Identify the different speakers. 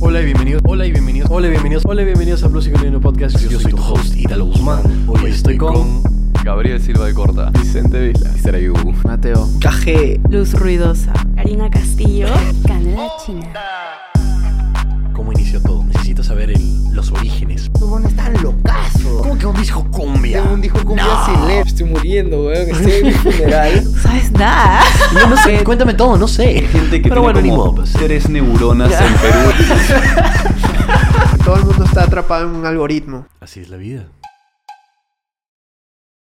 Speaker 1: Hola y bienvenidos, hola y bienvenidos, hola y bienvenidos, hola y bienvenidos a Plus y Colino Podcast. Yo, soy tu host, Italo Guzmán. Hoy estoy Pues con...
Speaker 2: Gabriel Silva de Corta.
Speaker 3: Vicente Vila.
Speaker 2: Sarayugu.
Speaker 3: Mateo.
Speaker 4: Caje.
Speaker 5: Luz Ruidosa.
Speaker 6: Karina Castillo.
Speaker 7: Canela China.
Speaker 1: ¿Cómo inició todo? Necesitas saber el- los orígenes.
Speaker 3: No es tan locazo.
Speaker 1: ¿Cómo que un disco cumbia?
Speaker 3: Tengo un disco cumbia
Speaker 1: No.
Speaker 3: sin letra. Estoy muriendo, weón. Estoy en mi funeral.
Speaker 5: No sabes nada.
Speaker 1: Yo no sé, cuéntame todo, no sé.
Speaker 2: Gente que
Speaker 1: Pero
Speaker 2: tiene
Speaker 1: bueno, ni
Speaker 2: como
Speaker 1: modo, pues.
Speaker 2: tres neuronas en Perú.
Speaker 3: Todo el mundo está atrapado en un algoritmo.
Speaker 1: Así es la vida.